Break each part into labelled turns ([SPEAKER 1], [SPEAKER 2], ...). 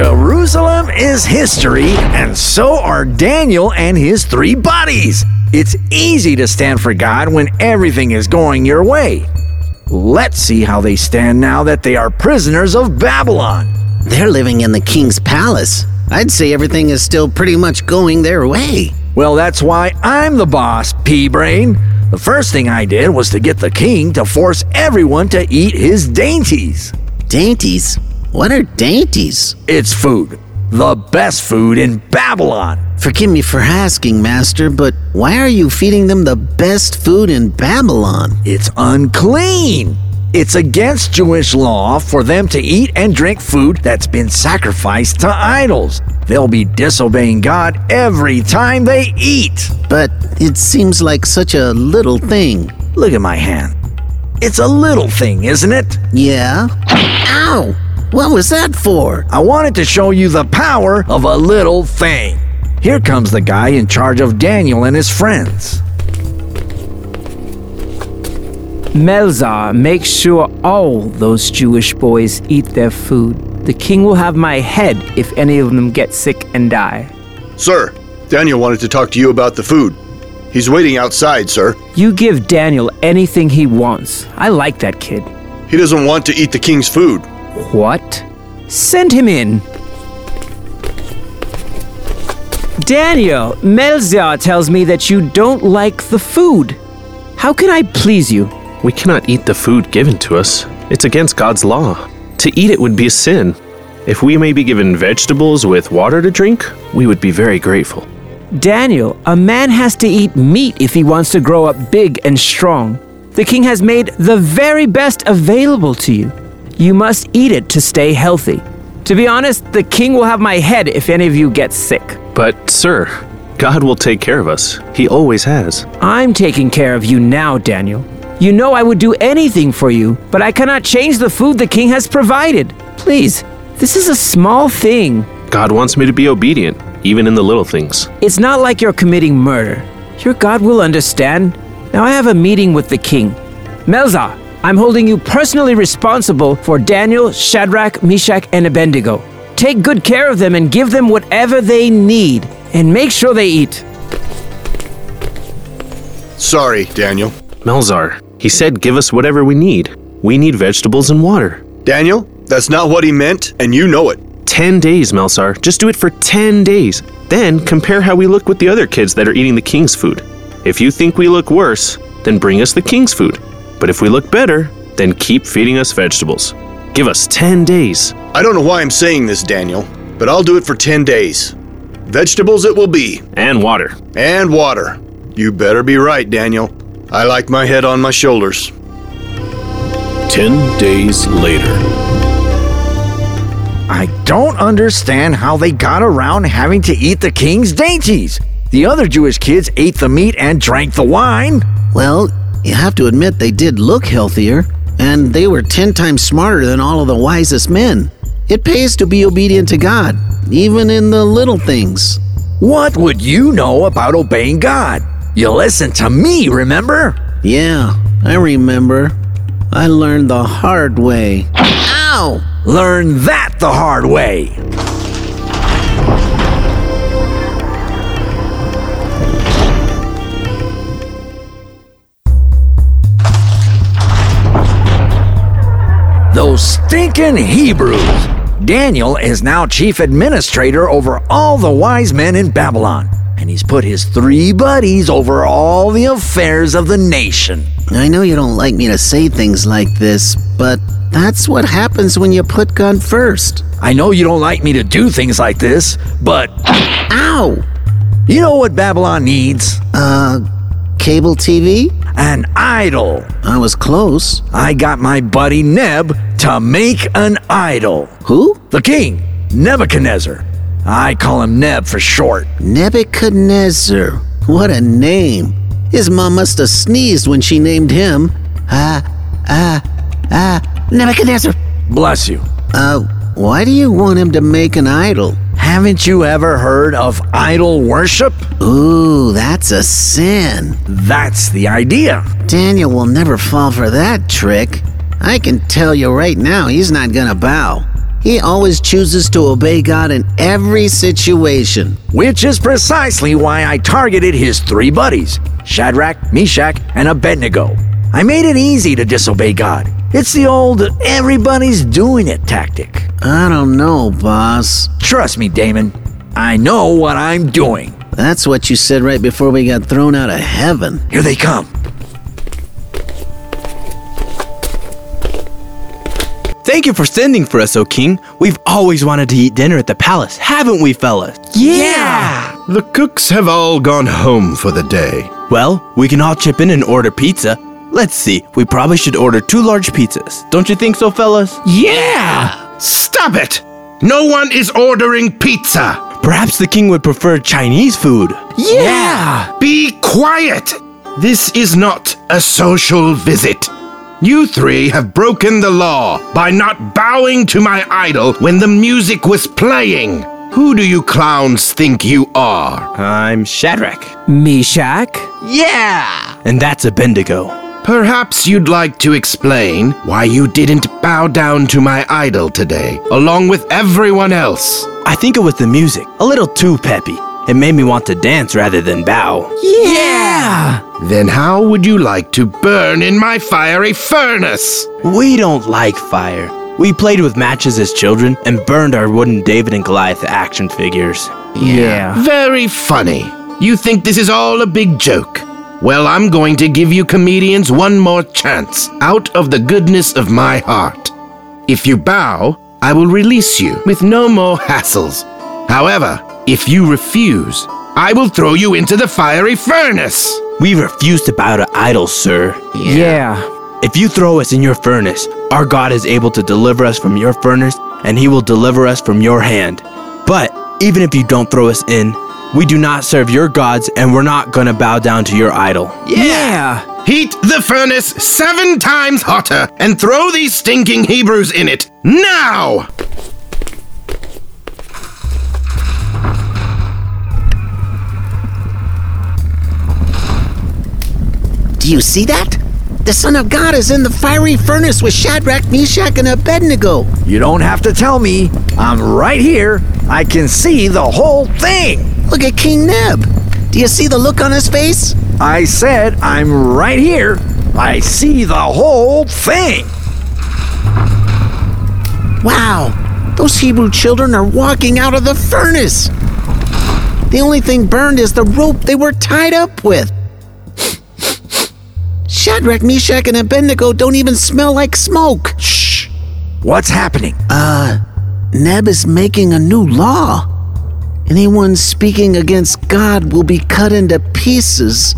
[SPEAKER 1] Jerusalem is history, and so are Daniel and his three buddies. It's easy to stand for God when everything is going your way. Let's see how they stand now that they are prisoners of Babylon.
[SPEAKER 2] They're living in the king's palace. I'd say everything is still pretty much going their way.
[SPEAKER 1] Well, that's why I'm the boss, P Brain. The first thing I did was to get the king to force everyone to eat his dainties.
[SPEAKER 2] Dainties? What are dainties?
[SPEAKER 1] It's food, the best food in Babylon.
[SPEAKER 2] Forgive me for asking, Master, but why are you feeding them the best food in Babylon?
[SPEAKER 1] It's unclean. It's against Jewish law for them to eat and drink food that's been sacrificed to idols. They'll be disobeying God every time they eat.
[SPEAKER 2] But it seems like such a little thing.
[SPEAKER 1] Look at my hand. It's a little thing, isn't it?
[SPEAKER 2] Yeah? Ow! What was that for?
[SPEAKER 1] I wanted to show you the power of a little thing. Here comes the guy in charge of Daniel and his friends.
[SPEAKER 3] Melzar, make sure all those Jewish boys eat their food. The king will have my head if any of them get sick and die.
[SPEAKER 4] Sir, Daniel wanted to talk to you about the food. He's waiting outside, sir.
[SPEAKER 3] You give Daniel anything he wants. I like that kid.
[SPEAKER 4] He doesn't want to eat the king's food.
[SPEAKER 3] What? Send him in. Daniel, Melzar tells me that you don't like the food. How can I please you?
[SPEAKER 5] We cannot eat the food given to us. It's against God's law. To eat it would be a sin. If we may be given vegetables with water to drink, we would be very grateful.
[SPEAKER 3] Daniel, a man has to eat meat if he wants to grow up big and strong. The king has made the very best available to you. You must eat it to stay healthy. To be honest, the king will have my head if any of you get sick.
[SPEAKER 5] But, sir, God will take care of us. He always has.
[SPEAKER 3] I'm taking care of you now, Daniel. You know I would do anything for you, but I cannot change the food the king has provided. Please, this is a small thing.
[SPEAKER 5] God wants me to be obedient, even in the little things.
[SPEAKER 3] It's not like you're committing murder. Your God will understand. Now I have a meeting with the king. Melzar, I'm holding you personally responsible for Daniel, Shadrach, Meshach, and Abednego. Take good care of them and give them whatever they need, and make sure they eat.
[SPEAKER 4] Sorry, Daniel.
[SPEAKER 5] Melzar, he said, give us whatever we need. We need vegetables and water.
[SPEAKER 4] Daniel, that's not what he meant, and you know it.
[SPEAKER 5] 10 days, Melzar. Just do it for 10 days. Then compare how we look with the other kids that are eating the king's food. If you think we look worse, then bring us the king's food. But if we look better, then keep feeding us vegetables. Give us 10 days.
[SPEAKER 4] I don't know why I'm saying this, Daniel, but I'll do it for 10 days. Vegetables it will be,
[SPEAKER 5] And water.
[SPEAKER 4] and water. You better be right, Daniel. I like my head on my shoulders.
[SPEAKER 6] Ten days later.
[SPEAKER 1] I don't understand how they got around having to eat the king's dainties. The other Jewish kids ate the meat and drank the wine.
[SPEAKER 2] Well, you have to admit they did look healthier, and they were ten times smarter than all of the wisest men. It pays to be obedient to God, even in the little things.
[SPEAKER 1] What would you know about obeying God? You listen to me, remember?
[SPEAKER 2] Yeah, I remember. I learned the hard way. Ow!
[SPEAKER 1] Learn that the hard way. Those stinking Hebrews. Daniel is now chief administrator over all the wise men in Babylon, and he's put his three buddies over all the affairs of the nation.
[SPEAKER 2] I know you don't like me to say things like this, but that's what happens when you put God first.
[SPEAKER 1] I know you don't like me to do things like this, but
[SPEAKER 2] Ow!
[SPEAKER 1] you know what Babylon needs?
[SPEAKER 2] Uh, cable TV?
[SPEAKER 1] an idol.
[SPEAKER 2] I was close.
[SPEAKER 1] I got my buddy Neb to make an idol.
[SPEAKER 2] Who?
[SPEAKER 1] The king, Nebuchadnezzar. I call him Neb for short.
[SPEAKER 2] Nebuchadnezzar. What a name. His mom must have sneezed when she named him. Ah, ah, ah, Nebuchadnezzar.
[SPEAKER 1] Bless you.
[SPEAKER 2] Uh, why do you want him to make an idol?
[SPEAKER 1] Haven't you ever heard of idol worship?
[SPEAKER 2] Ooh, that's a sin.
[SPEAKER 1] That's the idea.
[SPEAKER 2] Daniel will never fall for that trick. I can tell you right now, he's not gonna bow. He always chooses to obey God in every situation.
[SPEAKER 1] Which is precisely why I targeted his three buddies Shadrach, Meshach, and Abednego. I made it easy to disobey God. It's the old everybody's doing it tactic.
[SPEAKER 2] I don't know, boss.
[SPEAKER 1] Trust me, Damon, I know what I'm doing.
[SPEAKER 2] That's what you said right before we got thrown out of heaven.
[SPEAKER 1] Here they come.
[SPEAKER 6] Thank you for sending for us, O King. We've always wanted to eat dinner at the palace, haven't we, fellas?
[SPEAKER 3] Yeah!
[SPEAKER 7] The cooks have all gone home for the day.
[SPEAKER 6] Well, we can all chip in and order pizza. Let's see, we probably should order two large pizzas. Don't you think so, fellas?
[SPEAKER 7] Yeah! Stop it! No one is ordering pizza!
[SPEAKER 6] Perhaps the king would prefer Chinese food.
[SPEAKER 3] Yeah!
[SPEAKER 7] Be quiet! This is not a social visit. You three have broken the law by not bowing to my idol when the music was playing. Who do you clowns think you are?
[SPEAKER 6] I'm Shadrach.
[SPEAKER 3] Meshach?
[SPEAKER 6] Yeah! And that's a Bendigo.
[SPEAKER 7] Perhaps you'd like to explain why you didn't bow down to my idol today, along with everyone else.
[SPEAKER 6] I think it was the music, a little too peppy. It made me want to dance rather than bow.
[SPEAKER 3] Yeah!
[SPEAKER 7] Then how would you like to burn in my fiery furnace?
[SPEAKER 6] We don't like fire. We played with matches as children and burned our wooden David and Goliath action figures.
[SPEAKER 3] Yeah.
[SPEAKER 7] Very funny. You think this is all a big joke? Well, I'm going to give you comedians one more chance out of the goodness of my heart. If you bow, I will release you with no more hassles. However, if you refuse, I will throw you into the fiery furnace.
[SPEAKER 6] We refuse to bow to idols, sir.
[SPEAKER 3] Yeah.
[SPEAKER 6] If you throw us in your furnace, our God is able to deliver us from your furnace, and he will deliver us from your hand. But even if you don't throw us in, we do not serve your gods, and we're not going to bow down to your idol.
[SPEAKER 3] Yeah!
[SPEAKER 7] Heat the furnace seven times hotter and throw these stinking Hebrews in it now!
[SPEAKER 2] Do you see that? The Son of God is in the fiery furnace with Shadrach, Meshach, and Abednego.
[SPEAKER 1] You don't have to tell me. I'm right here. I can see the whole thing.
[SPEAKER 2] Look at King Neb. Do you see the look on his face?
[SPEAKER 1] I said I'm right here. I see the whole thing.
[SPEAKER 2] Wow, those Hebrew children are walking out of the furnace. The only thing burned is the rope they were tied up with. Shadrach, Meshach, and Abednego don't even smell like smoke.
[SPEAKER 1] Shh. What's happening?
[SPEAKER 2] Neb is making a new law. Anyone speaking against God will be cut into pieces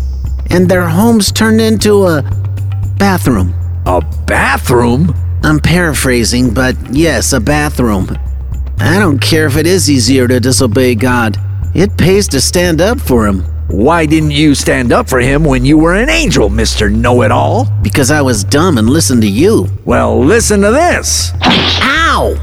[SPEAKER 2] and their homes turned into a bathroom.
[SPEAKER 1] A bathroom?
[SPEAKER 2] I'm paraphrasing, but yes, a bathroom. I don't care if it is easier to disobey God. It pays to stand up for Him
[SPEAKER 1] Why didn't you stand up for him when you were an angel, Mr. Know It All?
[SPEAKER 2] because I was dumb and listened to you.
[SPEAKER 1] Well, listen to this.
[SPEAKER 2] Ow!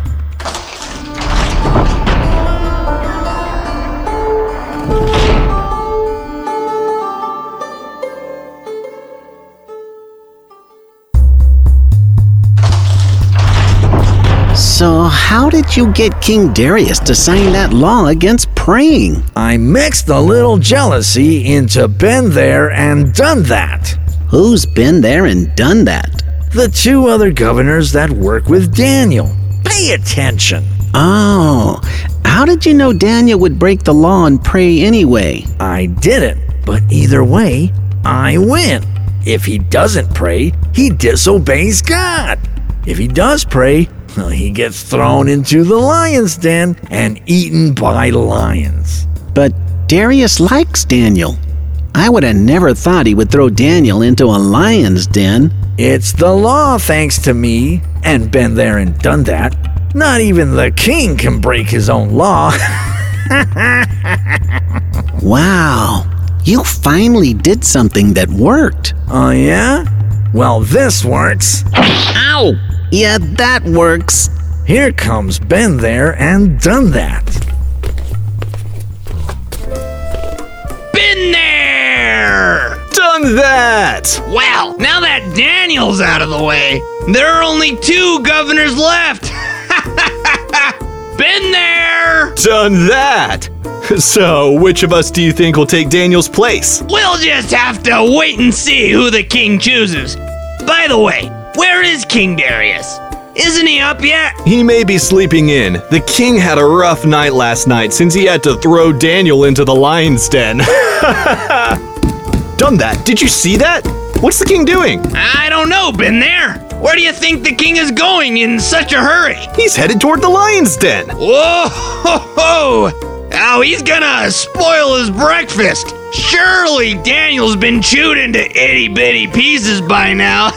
[SPEAKER 2] So, how did you get King Darius to sign that law against praying?
[SPEAKER 1] I mixed a little jealousy into been there and done that.
[SPEAKER 2] Who's been there and done that?
[SPEAKER 1] The two other governors that work with Daniel. Pay attention.
[SPEAKER 2] Oh, how did you know Daniel would break the law and pray anyway?
[SPEAKER 1] I didn't, but either way, I win. If he doesn't pray, he disobeys God. If he does pray, well, he gets thrown into the lion's den and eaten by lions.
[SPEAKER 2] But Darius likes Daniel. I would have never thought he would throw Daniel into a lion's den.
[SPEAKER 1] It's the law, thanks to me, and been there and done that. Not even the king can break his own law.
[SPEAKER 2] Wow, you finally did something that worked.
[SPEAKER 1] oh, yeah? Well, this works.
[SPEAKER 2] Ow! Yeah, that works.
[SPEAKER 1] Here comes been there and done that.
[SPEAKER 8] Been there!
[SPEAKER 5] Done that!
[SPEAKER 8] Well, now that Daniel's out of the way, there are only two governors left! Been there!
[SPEAKER 9] Done that! So, which of us do you think will take Daniel's place?
[SPEAKER 8] We'll just have to wait and see who the king chooses. By the way, where is King Darius? Isn't he up yet?
[SPEAKER 9] He may be sleeping in. The king had a rough night last night since he had to throw Daniel into the lion's den. Done that. Did you see that? What's the king doing?
[SPEAKER 8] I don't know, been there. Where do you think the king is going in such a hurry?
[SPEAKER 9] He's headed toward the lion's den.
[SPEAKER 8] Whoa ho ho! Oh, he's gonna spoil his breakfast! Surely Daniel's been chewed into itty bitty pieces by now.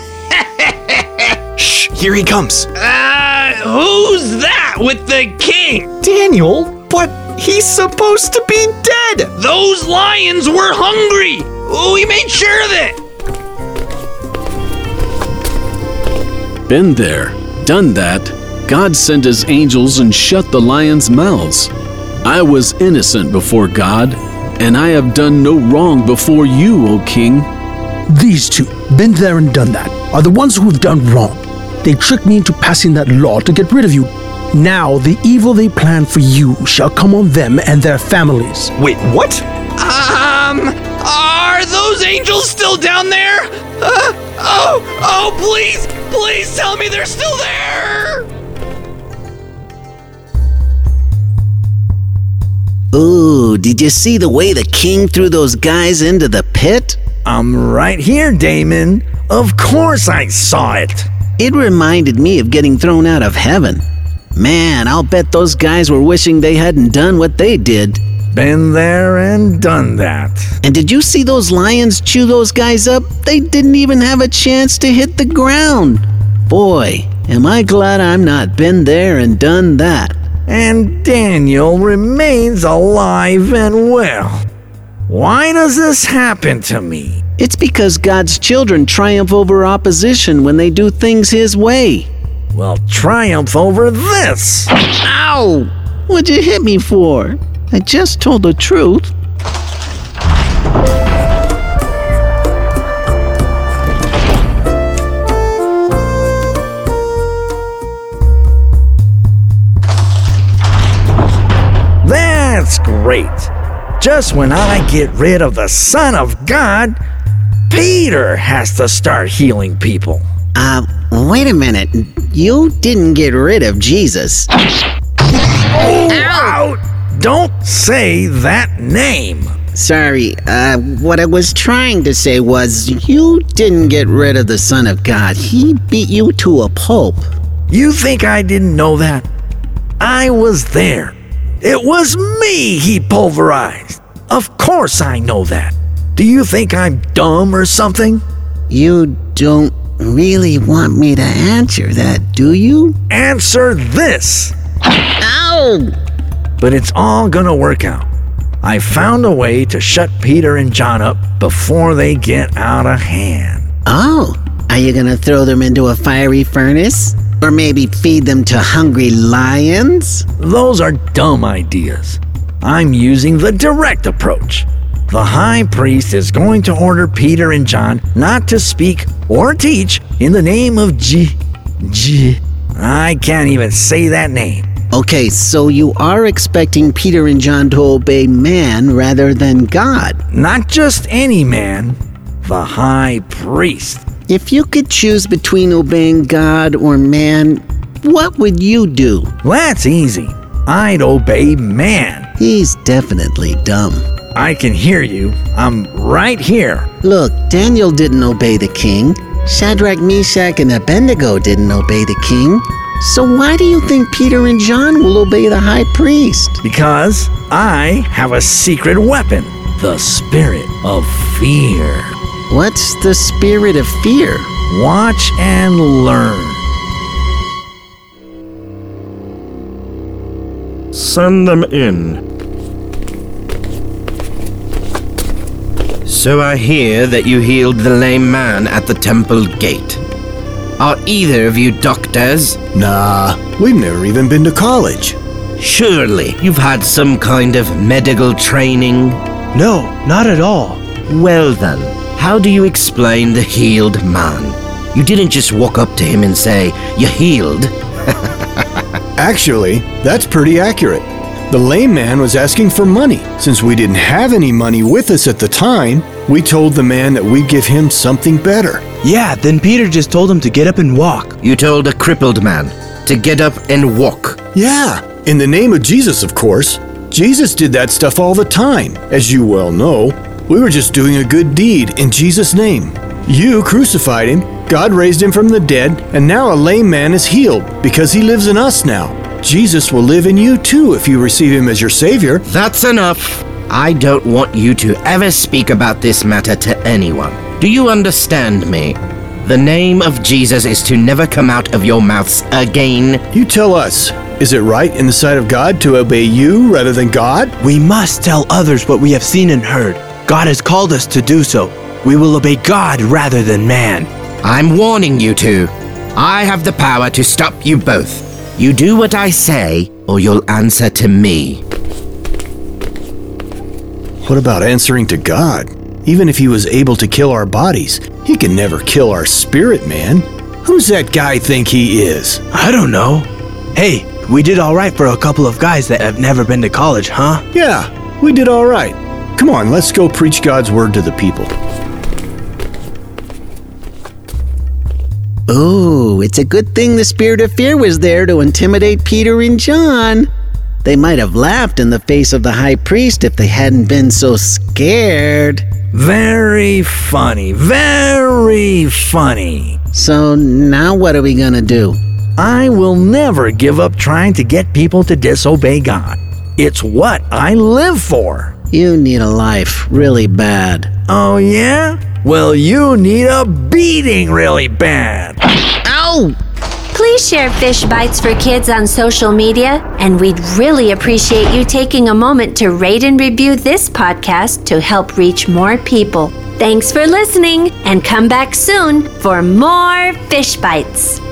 [SPEAKER 9] Shh, here he comes.
[SPEAKER 8] Uh, who's that with the king?
[SPEAKER 9] Daniel? But he's supposed to be dead.
[SPEAKER 8] Those lions were hungry! We made sure of it!
[SPEAKER 10] Been there, done that. God sent his angels and shut the lions' mouths. I was innocent before God, and I have done no wrong before you, O King.
[SPEAKER 11] These two, been there and done that, are the ones who've done wrong. They tricked me into passing that law to get rid of you. Now the evil they plan for you shall come on them and their families.
[SPEAKER 9] Wait, what?
[SPEAKER 8] Um, are those angels still down there? Uh, oh, oh, please, please tell me they're still there!
[SPEAKER 2] Ooh, did you see the way the king threw those guys into the pit?
[SPEAKER 1] I'm right here, Damon. Of course I saw it.
[SPEAKER 2] It reminded me of getting thrown out of heaven. Man, I'll bet those guys were wishing they hadn't done what they did.
[SPEAKER 1] Been there and done that.
[SPEAKER 2] And did you see those lions chew those guys up? They didn't even have a chance to hit the ground. Boy, am I glad I'm not been there and done that.
[SPEAKER 1] And Daniel remains alive and well. Why does this happen to me?
[SPEAKER 2] It's because God's children triumph over opposition when they do things His way.
[SPEAKER 1] Well, triumph over this.
[SPEAKER 2] Ow! What'd you hit me for? I just told the truth.
[SPEAKER 1] That's great. Just when I get rid of the Son of God, Peter has to start healing people.
[SPEAKER 2] Uh, wait a minute. You didn't get rid of Jesus.
[SPEAKER 1] Oh, out! Don't say that name.
[SPEAKER 2] Sorry, uh, what I was trying to say was you didn't get rid of the Son of God. He beat you to a pulp.
[SPEAKER 1] You think I didn't know that? I was there. It was me he pulverized. Of course I know that. Do you think I'm dumb or something?
[SPEAKER 2] You don't really want me to answer that, do you?
[SPEAKER 1] Answer this.
[SPEAKER 2] Ow!
[SPEAKER 1] But it's all gonna work out. I found a way to shut Peter and John up before they get out of hand.
[SPEAKER 2] Oh, are you gonna throw them into a fiery furnace? Or maybe feed them to hungry lions?
[SPEAKER 1] Those are dumb ideas. I'm using the direct approach. The high priest is going to order Peter and John not to speak or teach in the name of G. G. I can't even say that name.
[SPEAKER 2] Okay, so you are expecting Peter and John to obey man rather than God.
[SPEAKER 1] Not just any man, the high priest.
[SPEAKER 2] If you could choose between obeying God or man, what would you do?
[SPEAKER 1] That's easy. I'd obey man.
[SPEAKER 2] He's definitely dumb.
[SPEAKER 1] I can hear you. I'm right here.
[SPEAKER 2] Look, Daniel didn't obey the king. Shadrach, Meshach, and Abednego didn't obey the king. So why do you think Peter and John will obey the high priest?
[SPEAKER 1] Because I have a secret weapon the spirit of fear.
[SPEAKER 2] What's the spirit of fear?
[SPEAKER 1] Watch and learn.
[SPEAKER 12] Send them in.
[SPEAKER 7] So I hear that you healed the lame man at the temple gate. Are either of you doctors?
[SPEAKER 13] Nah, we've never even been to college.
[SPEAKER 7] Surely you've had some kind of medical training?
[SPEAKER 6] No, not at all.
[SPEAKER 7] Well then, how do you explain the healed man? You didn't just walk up to him and say, You're healed.
[SPEAKER 13] Actually, that's pretty accurate. The lame man was asking for money. Since we didn't have any money with us at the time, we told the man that we'd give him something better.
[SPEAKER 6] Yeah, then Peter just told him to get up and walk.
[SPEAKER 7] You told a crippled man to get up and walk.
[SPEAKER 13] Yeah, in the name of Jesus, of course. Jesus did that stuff all the time, as you well know. We were just doing a good deed in Jesus' name. You crucified him, God raised him from the dead, and now a lame man is healed because he lives in us now. Jesus will live in you too if you receive him as your Savior.
[SPEAKER 7] That's enough. I don't want you to ever speak about this matter to anyone. Do you understand me? The name of Jesus is to never come out of your mouths again.
[SPEAKER 13] You tell us. Is it right in the sight of God to obey you rather than God?
[SPEAKER 6] We must tell others what we have seen and heard. God has called us to do so. We will obey God rather than man.
[SPEAKER 7] I'm warning you two. I have the power to stop you both. You do what I say, or you'll answer to me.
[SPEAKER 13] What about answering to God? Even if he was able to kill our bodies, he can never kill our spirit, man. Who's that guy think he is?
[SPEAKER 6] I don't know. Hey, we did all right for a couple of guys that have never been to college, huh?
[SPEAKER 13] Yeah, we did all right. Come on, let's go preach God's word to the people.
[SPEAKER 2] Oh, it's a good thing the spirit of fear was there to intimidate Peter and John. They might have laughed in the face of the high priest if they hadn't been so scared.
[SPEAKER 1] Very funny, very funny.
[SPEAKER 2] So now what are we gonna do?
[SPEAKER 1] I will never give up trying to get people to disobey God. It's what I live for.
[SPEAKER 2] You need a life really bad.
[SPEAKER 1] Oh, yeah? Well, you need a beating really bad.
[SPEAKER 2] Ow!
[SPEAKER 14] Please share fish bites for kids on social media, and we'd really appreciate you taking a moment to rate and review this podcast to help reach more people. Thanks for listening, and come back soon for more fish bites.